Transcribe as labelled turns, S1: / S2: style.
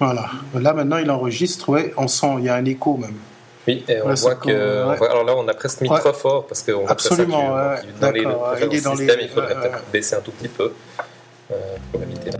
S1: Voilà. Là, maintenant, il enregistre. Ouais, on sent, il y a un écho même.
S2: Oui, et on
S1: Ouais,
S2: voit
S1: ça
S2: que.
S1: commence, ouais.
S2: on voit- Alors là, on a presque mis
S1: Ouais.
S2: trop fort parce qu'on voit que ça
S1: Absolument,
S2: sature.
S1: ouais.
S2: Donc, dans les,
S1: D'accord,
S2: dans
S1: il est dans les-
S2: système, il faudrait
S1: ouais,
S2: peut-être
S1: ouais.
S2: baisser un tout petit peu euh, pour éviter.